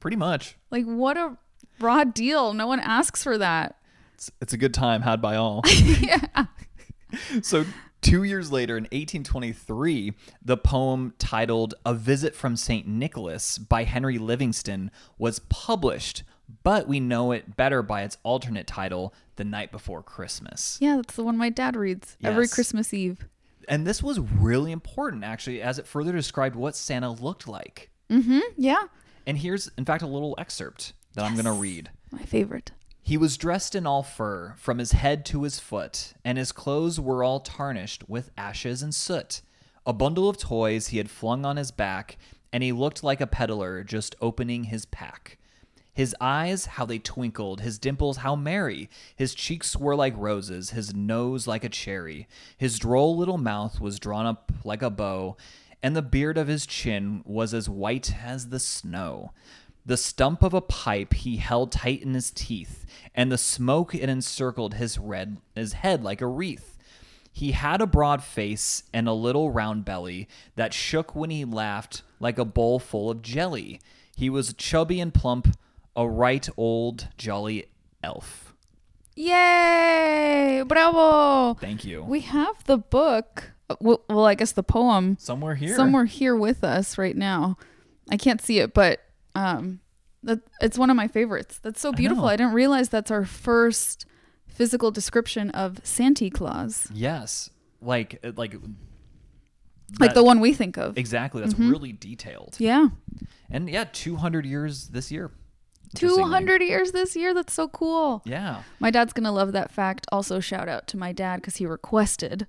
B: Pretty much.
A: Like what a raw deal. No one asks for that.
B: It's, it's a good time had by all. so, two years later, in 1823, the poem titled A Visit from St. Nicholas by Henry Livingston was published, but we know it better by its alternate title, The Night Before Christmas.
A: Yeah, that's the one my dad reads every
B: Yes.
A: Christmas Eve.
B: And this was really important, actually, as it further described what Santa looked like.
A: Yeah,
B: And here's, in fact, a little excerpt that I'm going to read.
A: my favorite.
B: He was dressed in all fur, from his head to his foot, and his clothes were all tarnished with ashes and soot. a bundle of toys he had flung on his back, and he looked like a peddler just opening his pack. His eyes, how they twinkled, his dimples, how merry. His cheeks were like roses, his nose like a cherry. His droll little mouth was drawn up like a bow, and the beard of his chin was as white as the snow. The stump of a pipe he held tight in his teeth, and the smoke it encircled his red his head like a wreath. He had a broad face and a little round belly that shook when he laughed like a bowl full of jelly. He was chubby and plump, a right old jolly elf.
A: Yay! Bravo!
B: Thank you.
A: We have the book. uh, Well, well, I guess the poem
B: somewhere here.
A: somewhere here with us right now. I can't see it, but um, that it's one of my favorites. That's so beautiful.
B: know.
A: I, didn't realize that's our first physical description of Santa Claus,
B: Yes. Like uh, like
A: like
B: that-
A: the Mm-hmm. one we think of.
B: Exactly. That's really detailed.
A: yeah,
B: And yeah, 200 years this year.
A: two
B: Interestingly.
A: hundred years this year. That's so cool.
B: Yeah.
A: My dad's gonna love that fact. Also, shout out to my dad because he requested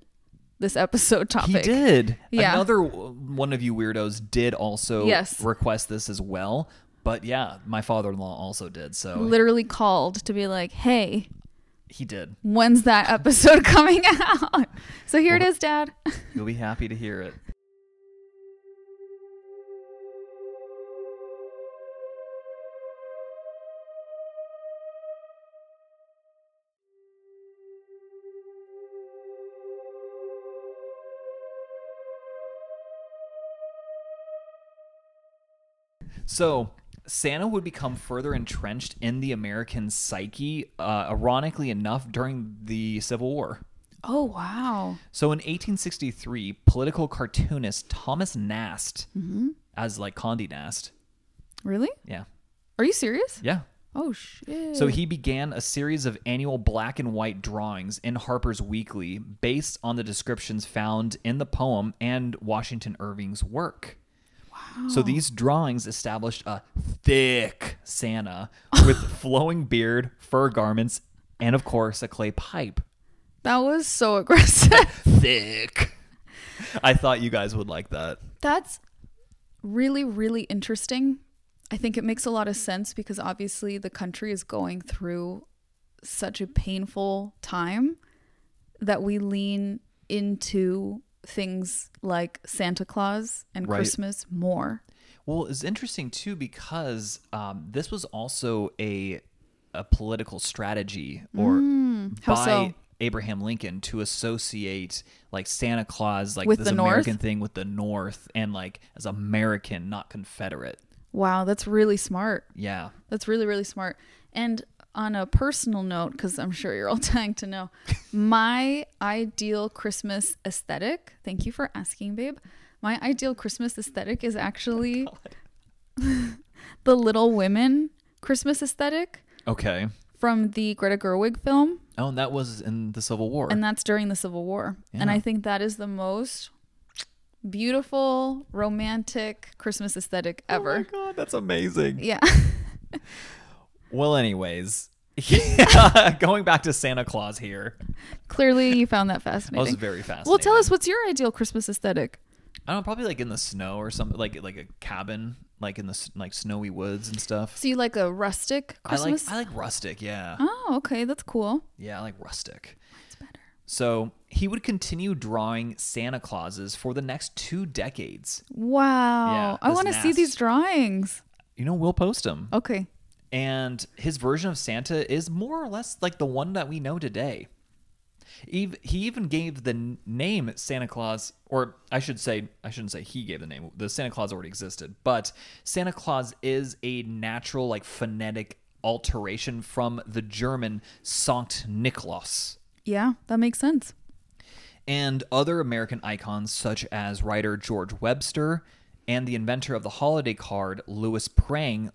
A: this episode topic.
B: He did.
A: Yeah.
B: Another w- one of you weirdos did also
A: Yes.
B: request this as well. But yeah, my father-in-law also did. So
A: Literally called to be like, "Hey,
B: he did.
A: when's that episode coming out?" So here it
B: Oh.
A: is, Dad.
B: You'll be happy to hear it. So, Santa would become further entrenched in the American psyche, uh, ironically enough, during the Civil War.
A: Oh wow.
B: So in 1863, political cartoonist Thomas Nast, as like Condé Nast,
A: Really?
B: yeah,
A: Are you serious?
B: yeah.
A: Oh shit.
B: So he began a series of annual black and white drawings in Harper's Weekly based on the descriptions found in the poem and Washington Irving's work. Wow. So these drawings established a thick Santa with flowing beard, fur garments, and of course a clay pipe.
A: that was so aggressive.
B: Thick. I thought you guys would like that.
A: That's really really interesting. I think it makes a lot of sense because obviously the country is going through such a painful time that we lean into things like Santa Claus and
B: Right.
A: Christmas more.
B: Well, it's interesting too because um, this was also a a political strategy or
A: Mm, how
B: by
A: so?
B: Abraham Lincoln to associate like Santa Claus like
A: With
B: this
A: the North?
B: American thing with the North and like as American, not Confederate.
A: Wow, that's really smart.
B: Yeah.
A: That's really, really smart. And on a personal note, because I'm sure you're all dying to know, my ideal Christmas aesthetic, thank you for asking, babe. My ideal Christmas aesthetic is actually the Little Women Christmas aesthetic
B: Okay.
A: from the Greta Gerwig film,
B: Oh, and that was in the Civil War.
A: and that's during the Civil War. And
B: Yeah.
A: I think that is the most beautiful, romantic Christmas aesthetic
B: Oh my
A: ever.
B: god, that's amazing.
A: yeah.
B: Well, anyways, yeah, going back to Santa Claus here.
A: Clearly, you found that
B: That was
A: fascinating.
B: very fascinating.
A: Well, tell us what's your ideal Christmas aesthetic?
B: I don't know, probably like in the snow or something, like like a cabin, like in the s- like snowy woods and stuff.
A: So you like a rustic
B: I like
A: Christmas?
B: I like rustic, yeah,
A: oh, okay, that's cool.
B: yeah, I like rustic.
A: That's better.
B: So he would continue drawing Santa Clauses for the next two decades.
A: Wow,
B: Yeah,
A: I
B: this
A: want to see
B: nest.
A: these drawings.
B: You know, we'll post them,
A: Okay,
B: and his version of Santa is more or less like the one that we know today. Eve- He even gave the n- name Santa Claus, or I should say, I shouldn't say he gave the name. The Santa Claus already existed, but Santa Claus is a natural, like phonetic alteration from the German Sankt Nikolaus.
A: yeah, that makes sense.
B: and other American icons such as writer George Webster and the inventor of the holiday card, Louis Prang,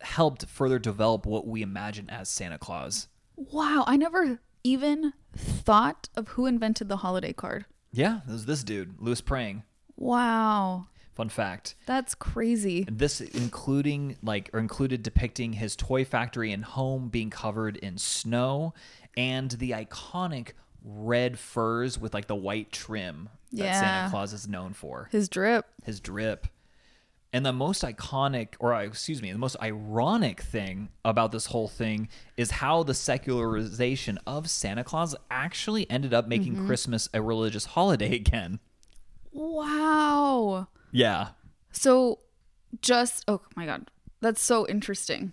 B: helped further develop what we imagine as Santa Claus.
A: Wow, I never even thought of who invented the holiday card.
B: Yeah, it was this dude, Louis Prang.
A: Wow,
B: Fun fact.
A: that's crazy.
B: This including like or included depicting his toy factory and home being covered in snow and the iconic red furs with like the white trim that
A: Yeah.
B: Santa Claus is known for.
A: His drip.
B: His drip. And the most iconic, or uh, excuse me, the most ironic thing about this whole thing is how the secularization of Santa Claus actually ended up making Christmas a religious holiday again.
A: Wow.
B: Yeah.
A: So just oh my god. That's so interesting.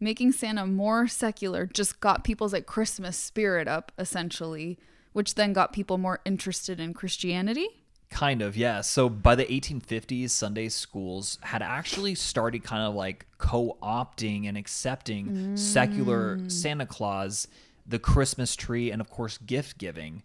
A: Making Santa more secular just got people's like Christmas spirit up essentially, which then got people more interested in Christianity.
B: Kind of, yeah. So by the 1850s, Sunday schools had actually started kind of like co opting and accepting secular Santa Claus, the Christmas tree, and of course, gift giving,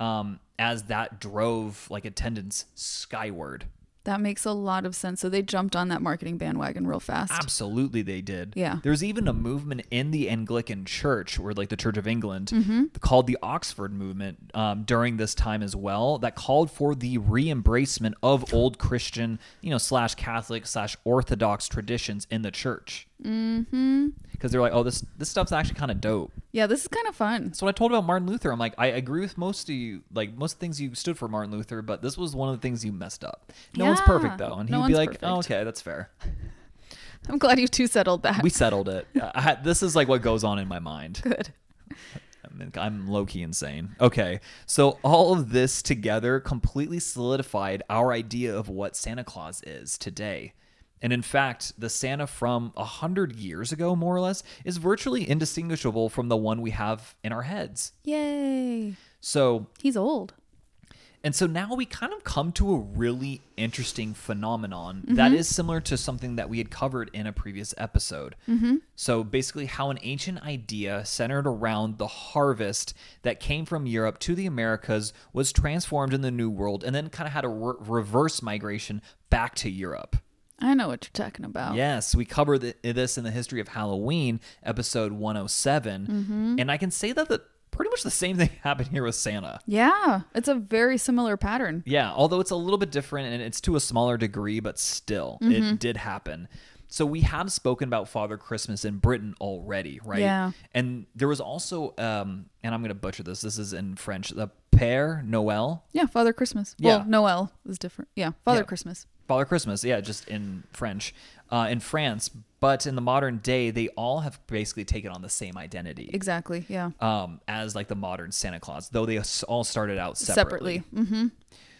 B: um, as that drove like attendance skyward.
A: That makes a lot of sense. So they jumped on that marketing bandwagon real fast.
B: Absolutely, they did.
A: Yeah.
B: There's even a movement in the Anglican Church, or like the Church of England,
A: Mm-hmm.
B: called the Oxford Movement um, during this time as well, that called for the re-embracement of old Christian, you know, slash Catholic slash Orthodox traditions in the church. Mm-hmm. Because they're like, oh, this this stuff's actually kind of dope.
A: Yeah, this is kind of fun.
B: That's what I told about Martin Luther. I'm like, I agree with most of you, like most things you stood for Martin Luther, but this was one of the things you messed up. No one's
A: Yeah.
B: perfect though, and he'd
A: No
B: be
A: one's
B: like, oh,
A: perfect.
B: okay, that's fair
A: I'm glad you two settled that.
B: we settled it. I had, this is like what goes on in my mind.
A: Good.
B: I mean, I'm low key insane. Okay, so all of this together completely solidified our idea of what Santa Claus is today. And in fact, the Santa from a hundred years ago, more or less, is virtually indistinguishable from the one we have in our heads.
A: Yay.
B: So
A: He's old.
B: and so now we kind of come to a really interesting phenomenon that is similar to something that we had covered in a previous episode. So basically, how an ancient idea centered around the harvest that came from Europe to the Americas was transformed in the New World and then kind of had a re- reverse migration back to Europe.
A: I know what you're talking about.
B: Yes, we covered th- this in the history of Halloween, episode 107. And I can say that the, pretty much the same thing happened here with Santa.
A: Yeah, it's a very similar pattern.
B: Yeah, although it's a little bit different and it's to a smaller degree, but still, it did happen. So we have spoken about Father Christmas in Britain already, right?
A: Yeah.
B: And there was also, um, and I'm going to butcher this. This is in French, the Père Noël,
A: Yeah, Father Christmas.
B: Yeah.
A: Well, Noel is different. Yeah, Father
B: Yeah.
A: Christmas.
B: Father Christmas. Yeah, just in French, uh, in France. But in the modern day, they all have basically taken on the same identity.
A: Exactly. Yeah.
B: um, as like the modern Santa Claus, though they s- all started out separately. Mm-hmm.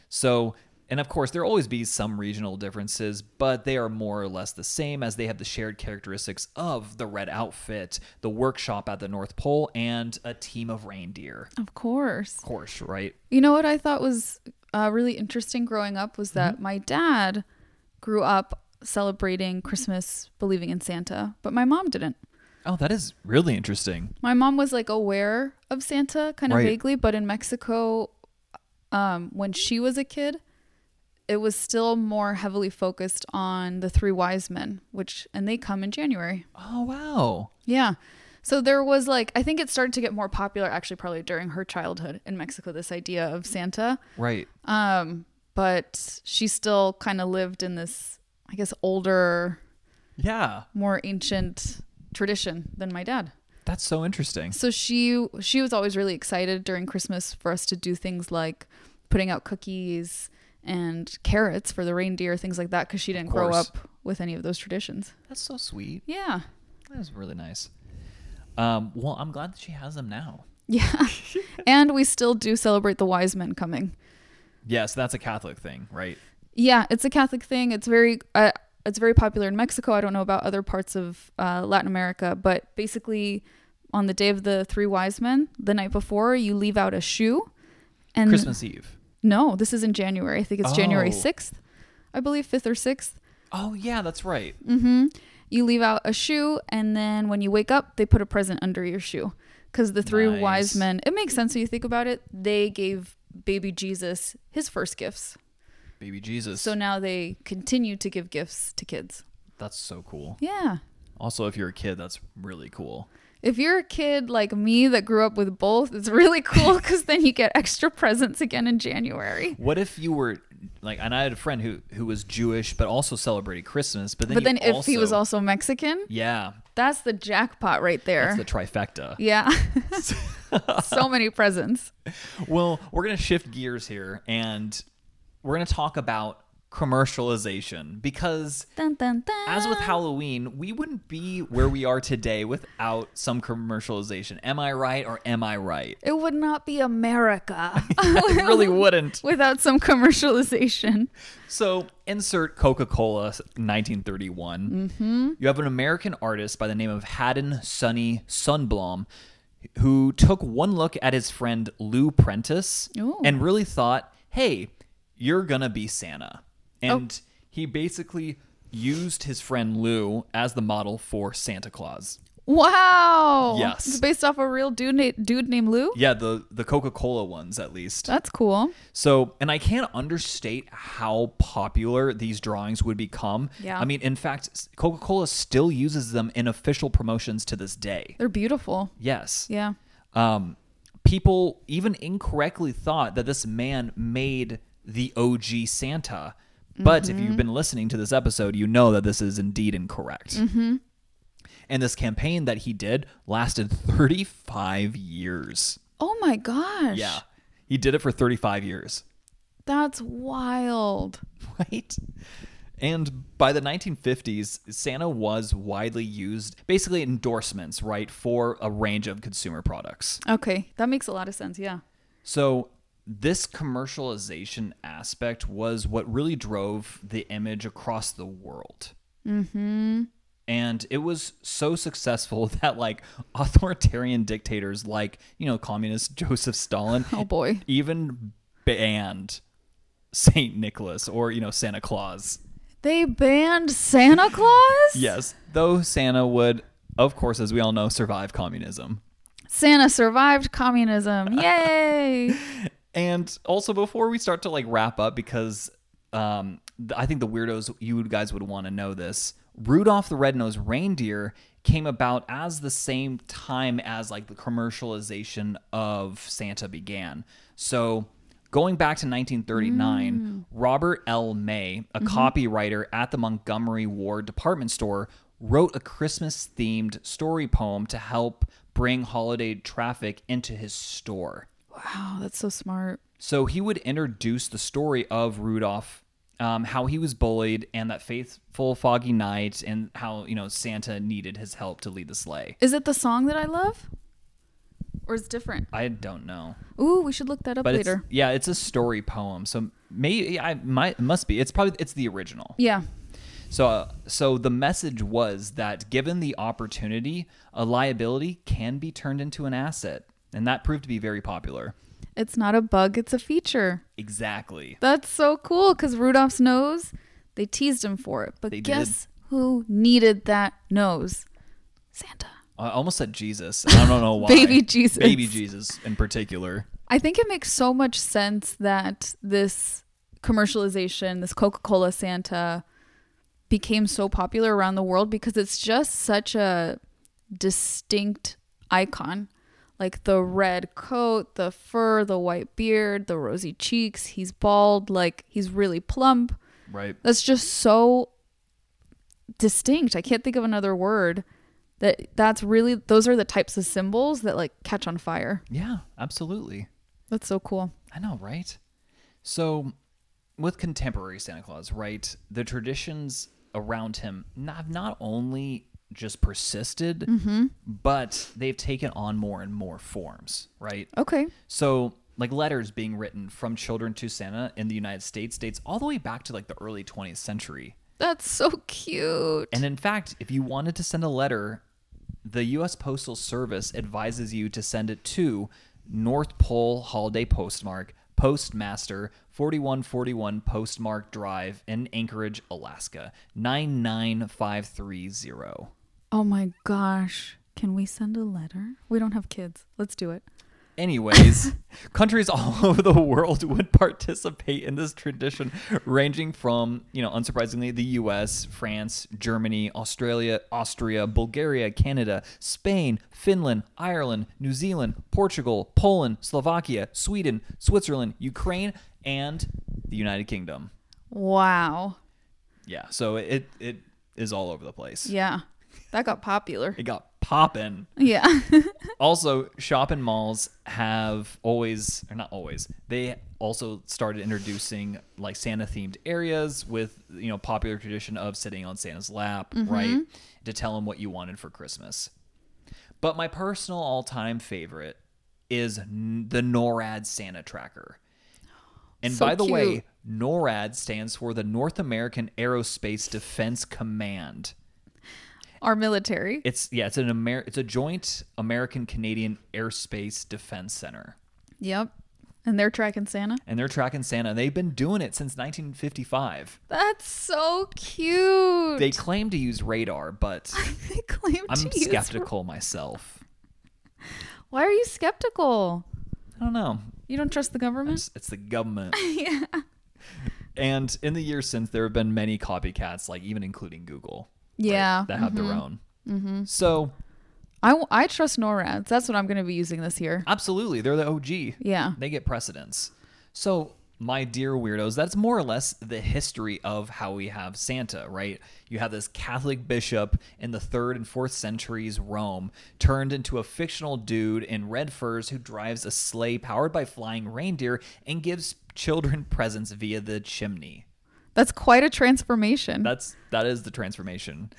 B: So, and of course, there will always be some regional differences, but they are more or less the same as they have the shared characteristics of the red outfit, the workshop at the North Pole, and a team of reindeer.
A: Mm-hmm. Of course.
B: Of course, right?
A: You know what I thought was uh, really interesting growing up was that
B: Mm-hmm.
A: my dad grew up celebrating Christmas, believing in Santa, but my mom didn't.
B: Oh, that is really interesting.
A: My mom was like aware of Santa kind of
B: Right.
A: vaguely, but in Mexico, um, when she was a kid, it was still more heavily focused on the three wise men, which, and they come in January.
B: Oh, wow.
A: Yeah. So there was like, I think it started to get more popular actually, probably during her childhood in Mexico, this idea of Santa.
B: Right.
A: Um, but she still kind of lived in this, I guess, older,
B: Yeah.
A: more ancient tradition than my dad.
B: That's so interesting.
A: So she she was always really excited during Christmas for us to do things like putting out cookies and carrots for the reindeer, things like that, because she didn't grow
B: course.
A: up with any of those traditions.
B: That's so sweet.
A: Yeah,
B: That is really nice. Um, well, I'm glad that she has them now.
A: yeah, and we still do celebrate the wise men coming.
B: Yes, that's a Catholic thing, right?
A: Yeah, it's a Catholic thing. It's very uh, it's very popular in Mexico. I don't know about other parts of uh, Latin America, but basically, on the day of the three wise men, the night before, you leave out a shoe. And
B: Christmas Eve.
A: No, this is in January. I think it's January
B: Oh.
A: 6th, I believe, 5th or 6th.
B: Oh yeah, that's right.
A: You leave out a shoe, and then when you wake up, they put a present under your shoe. Because the three
B: Nice.
A: wise men, it makes sense when you think about it, they gave baby Jesus his first gifts.
B: Baby Jesus.
A: So now they continue to give gifts to kids.
B: that's so cool.
A: Yeah.
B: Also, if you're a kid, that's really cool.
A: If you're a kid like me that grew up with both, it's really cool because then you get extra presents again in January.
B: What if you were like, and I had a friend who who was Jewish but also celebrated Christmas, but then
A: But then
B: you
A: if he was
B: also
A: also Mexican,
B: yeah,
A: that's the jackpot right there.
B: that's the trifecta.
A: yeah. so many presents.
B: Well, we're going to shift gears here and we're going to talk about commercialization because
A: Dun, dun, dun.
B: as with Halloween, we wouldn't be where we are today without some commercialization. Am I right or am I right?
A: it would not be America
B: I really wouldn't.
A: without some commercialization.
B: So insert Coca Cola 1931. Mm-hmm. You have an American artist by the name of Haddon Sonny Sunblom who took one look at his friend Lou Prentice
A: Ooh.
B: and really thought, hey, you're going to be Santa. And he basically used his friend Lou as the model for Santa Claus.
A: Wow.
B: Yes.
A: It's based off a real dude, na- dude named Lou.
B: Yeah, the, the Coca Cola ones, at least.
A: That's cool.
B: So, and I can't understate how popular these drawings would become.
A: Yeah.
B: I mean, in fact, Coca Cola still uses them in official promotions to this day.
A: They're beautiful.
B: Yes.
A: Yeah.
B: Um, people even incorrectly thought that this man made the OG Santa. But if
A: Mm-hmm.
B: you've been listening to this episode, you know that this is indeed incorrect.
A: Mm-hmm.
B: And this campaign that he did lasted 35 years.
A: Oh my gosh.
B: Yeah. He did it for 35 years.
A: That's wild.
B: right? And by the 1950s, Santa was widely used, basically endorsements, right, for a range of consumer products.
A: Okay. That makes a lot of sense. Yeah.
B: So, this commercialization aspect was what really drove the image across the world. Mm hmm. And it was so successful that, like, authoritarian dictators, like, you know, communist Joseph Stalin,
A: Oh boy.
B: even banned St. Nicholas or, you know, Santa Claus.
A: They banned Santa Claus?
B: Yes, though Santa would, of course, as we all know, survive communism.
A: Santa survived communism. Yay.
B: And also, before we start to like wrap up, because um, th- I think the weirdos you guys would want to know this. Rudolph the Red-Nosed Reindeer came about as the same time as like the commercialization of Santa began. So. Going back to 1939, Robert L. May, a copywriter at the Montgomery Ward department store, wrote a Christmas themed story poem to help bring holiday traffic into his store.
A: wow. That's so smart.
B: So he would introduce the story of Rudolph, um, how he was bullied, and that faithful foggy night, and how you know Santa needed his help to lead the sleigh.
A: Is it the song that I love? Or is it different?
B: I don't know,
A: Ooh, we should look that up
B: but
A: later.
B: it's, yeah, it's a story poem, so maybe I might it must be. It's probably it's the original.
A: Yeah.
B: So uh, so the message was that given the opportunity, a liability can be turned into an asset, and that proved to be very popular.
A: It's not a bug, it's a feature.
B: Exactly.
A: That's so cool because Rudolph's nose, they teased him for it. But
B: They
A: guess who needed that nose? Santa.
B: I almost said Jesus. and I don't know why.
A: Baby Jesus.
B: Baby Jesus in particular.
A: I think it makes so much sense that this commercialization, this Coca Cola Santa, became so popular around the world because it's just such a distinct icon. Like the red coat, the fur, the white beard, the rosy cheeks. He's bald, like he's really plump.
B: Right.
A: That's just so distinct. I can't think of another word. That that's really those are the types of symbols that like catch on fire.
B: Yeah, absolutely.
A: That's so cool.
B: I know, right? So, with contemporary Santa Claus, right, the traditions around him not- have not only just persisted, but they've taken on more and more forms, right?
A: Okay.
B: So, like letters being written from children to Santa in the United States dates all the way back to like the early 20th century.
A: That's so cute.
B: And in fact, if you wanted to send a letter, the U.S. Postal Service advises you to send it to North Pole Holiday Postmark, Postmaster, 4141 Postmark Drive in Anchorage, Alaska, 99530.
A: oh my gosh. Can we send a letter? We don't have kids. Let's do it.
B: Anyways, countries all over the world would participate in this tradition, ranging from, you know, unsurprisingly, the US, France, Germany, Australia, Austria, Bulgaria, Canada, Spain, Finland, Ireland, New Zealand, Portugal, Poland, Slovakia, Sweden, Switzerland, Ukraine, and the United Kingdom.
A: Wow.
B: Yeah, so it it is all over the place.
A: Yeah. That got popular.
B: It got popping.
A: Yeah.
B: Also, shopping malls have always, or not always, they also started introducing like Santa themed areas with, you know, popular tradition of sitting on Santa's lap,
A: Mm-hmm.
B: right? To tell him what you wanted for Christmas. But my personal all time favorite is n- the NORAD Santa Tracker. And
A: So
B: by the
A: cute.
B: way, NORAD stands for the North American Aerospace Defense Command.
A: Our military.
B: It's yeah, it's an Amer- it's a joint American Canadian Airspace Defense Center.
A: Yep. And they're tracking Santa.
B: And they're tracking Santa. They've been doing it since 1955.
A: That's so cute.
B: They claim to use radar, but
A: They claim
B: I'm
A: to use-
B: skeptical myself.
A: Why are you skeptical?
B: I don't know.
A: You don't trust the government?
B: It's, it's the government. yeah. And in the years since, there have been many copycats, like even including Google. right,
A: Yeah.
B: that have their own. So
A: I, w- I trust NORAD. That's what I'm going to be using this year.
B: absolutely, they're the OG.
A: Yeah.
B: they get precedence. So, my dear weirdos, that's more or less the history of how we have Santa, right? You have this Catholic bishop in the third and fourth centuries Rome turned into a fictional dude in red furs who drives a sleigh powered by flying reindeer and gives children presents via the chimney.
A: That's quite a transformation.
B: That's that is the transformation.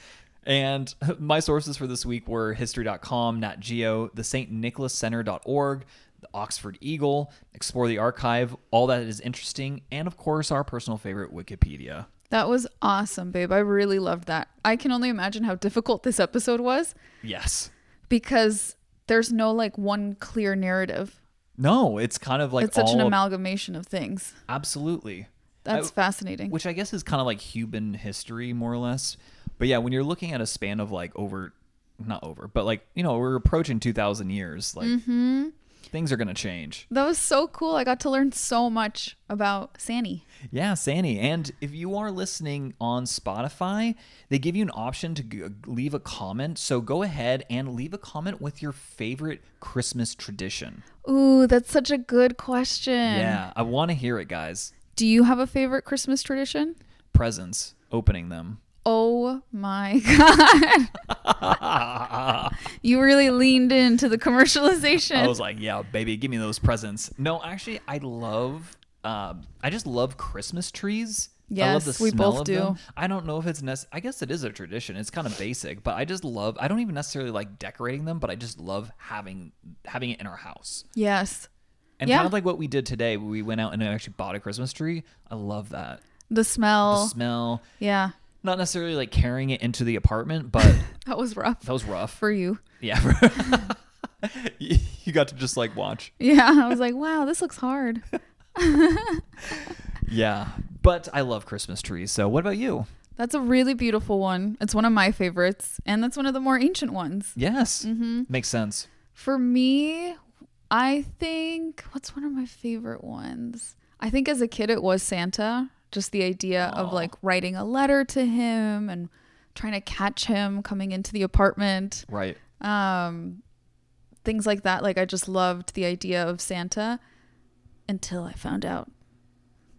B: And my sources for this week were history.com, Nat Geo, the St. Nicholas Center.org, the Oxford Eagle, Explore the Archive, all that is interesting, and of course our personal favorite Wikipedia.
A: that was awesome, babe. I really loved that. I can only imagine how difficult this episode was
B: Yes.
A: because there's no like one clear narrative.
B: No, it's kind of like
A: it's such an
B: all-
A: amalgamation of things.
B: absolutely.
A: That's
B: I-
A: fascinating.
B: which I guess is kind of like human history, more or less. But yeah, when you're looking at a span of like over, not over, but like you know, we're approaching two thousand years. Like
A: Mm-hmm.
B: things are gonna change.
A: that was so cool. I got to learn so much about Sani.
B: Yeah, Sandy. And if you are listening on Spotify, they give you an option to g- uh, leave a comment. So go ahead and leave a comment with your favorite Christmas tradition.
A: Ooh, that's such a good question.
B: Yeah, I want to hear it, guys.
A: Do you have a favorite Christmas tradition?
B: Presents, opening them.
A: Oh my god. you really leaned into the commercialization.
B: I was like, yeah, baby, give me those presents. No, actually, I love. Um, I just love Christmas trees. I love
A: Yes, we both
B: of
A: do.
B: them. I don't know if it's nec- I guess it is a tradition. It's kind of basic, but I just love. I don't even necessarily like decorating them, but I just love having having it in our house.
A: yes.
B: And
A: Yeah.
B: kind of like what we did today, we went out and actually bought a Christmas tree. I love that.
A: The
B: The
A: smell.
B: smell,
A: yeah.
B: not necessarily like carrying it into the apartment, but
A: That was rough
B: that was rough.
A: for you.
B: Yeah. you you got to just like watch.
A: Yeah. I was like, wow, this looks hard.
B: Yeah. But I love Christmas trees. So what about you?
A: That's a really beautiful one. It's one of my favorites. And that's one of the more ancient ones.
B: Yes. Makes sense.
A: For me, I think what's one of my favorite ones? I think as a kid it was Santa. Just the idea of like writing a letter to him and trying to catch him coming into the apartment.
B: Right.
A: Um things like that. Like I just loved the idea of Santa until I found out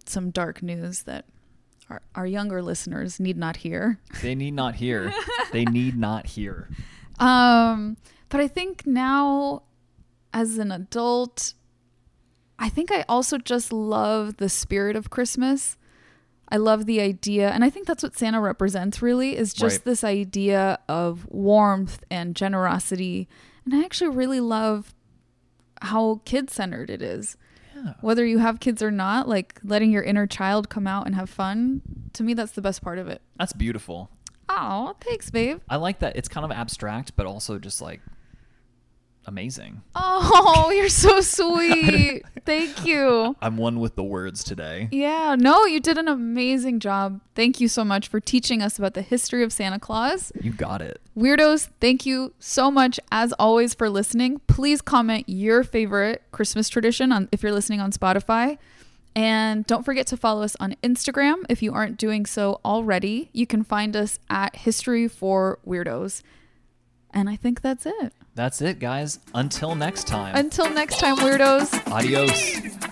A: some dark news that our, our younger listeners need not hear.
B: They need not hear. they need not hear.
A: Um, but I think now, as an adult, I think I also just love the spirit of Christmas. I love the idea, and I think that's what Santa represents really is just
B: Right.
A: this idea of warmth and generosity. And I actually really love how kid centered it is.
B: Yeah.
A: Whether you have kids or not, like letting your inner child come out and have fun, to me, that's the best part of it.
B: That's beautiful.
A: Oh, thanks, babe.
B: I like that. It's kind of abstract, but also just like amazing.
A: Oh, you're so sweet. Thank you.
B: I'm one with the words today.
A: Yeah, no, you did an amazing job. Thank you so much for teaching us about the history of Santa Claus.
B: You got it.
A: Weirdos, thank you so much as always for listening. Please comment your favorite Christmas tradition on if you're listening on Spotify. And don't forget to follow us on Instagram if you aren't doing so already. You can find us at History for Weirdos. And I think that's it.
B: That's it, guys. Until next time.
A: Until next time, weirdos.
B: Adios.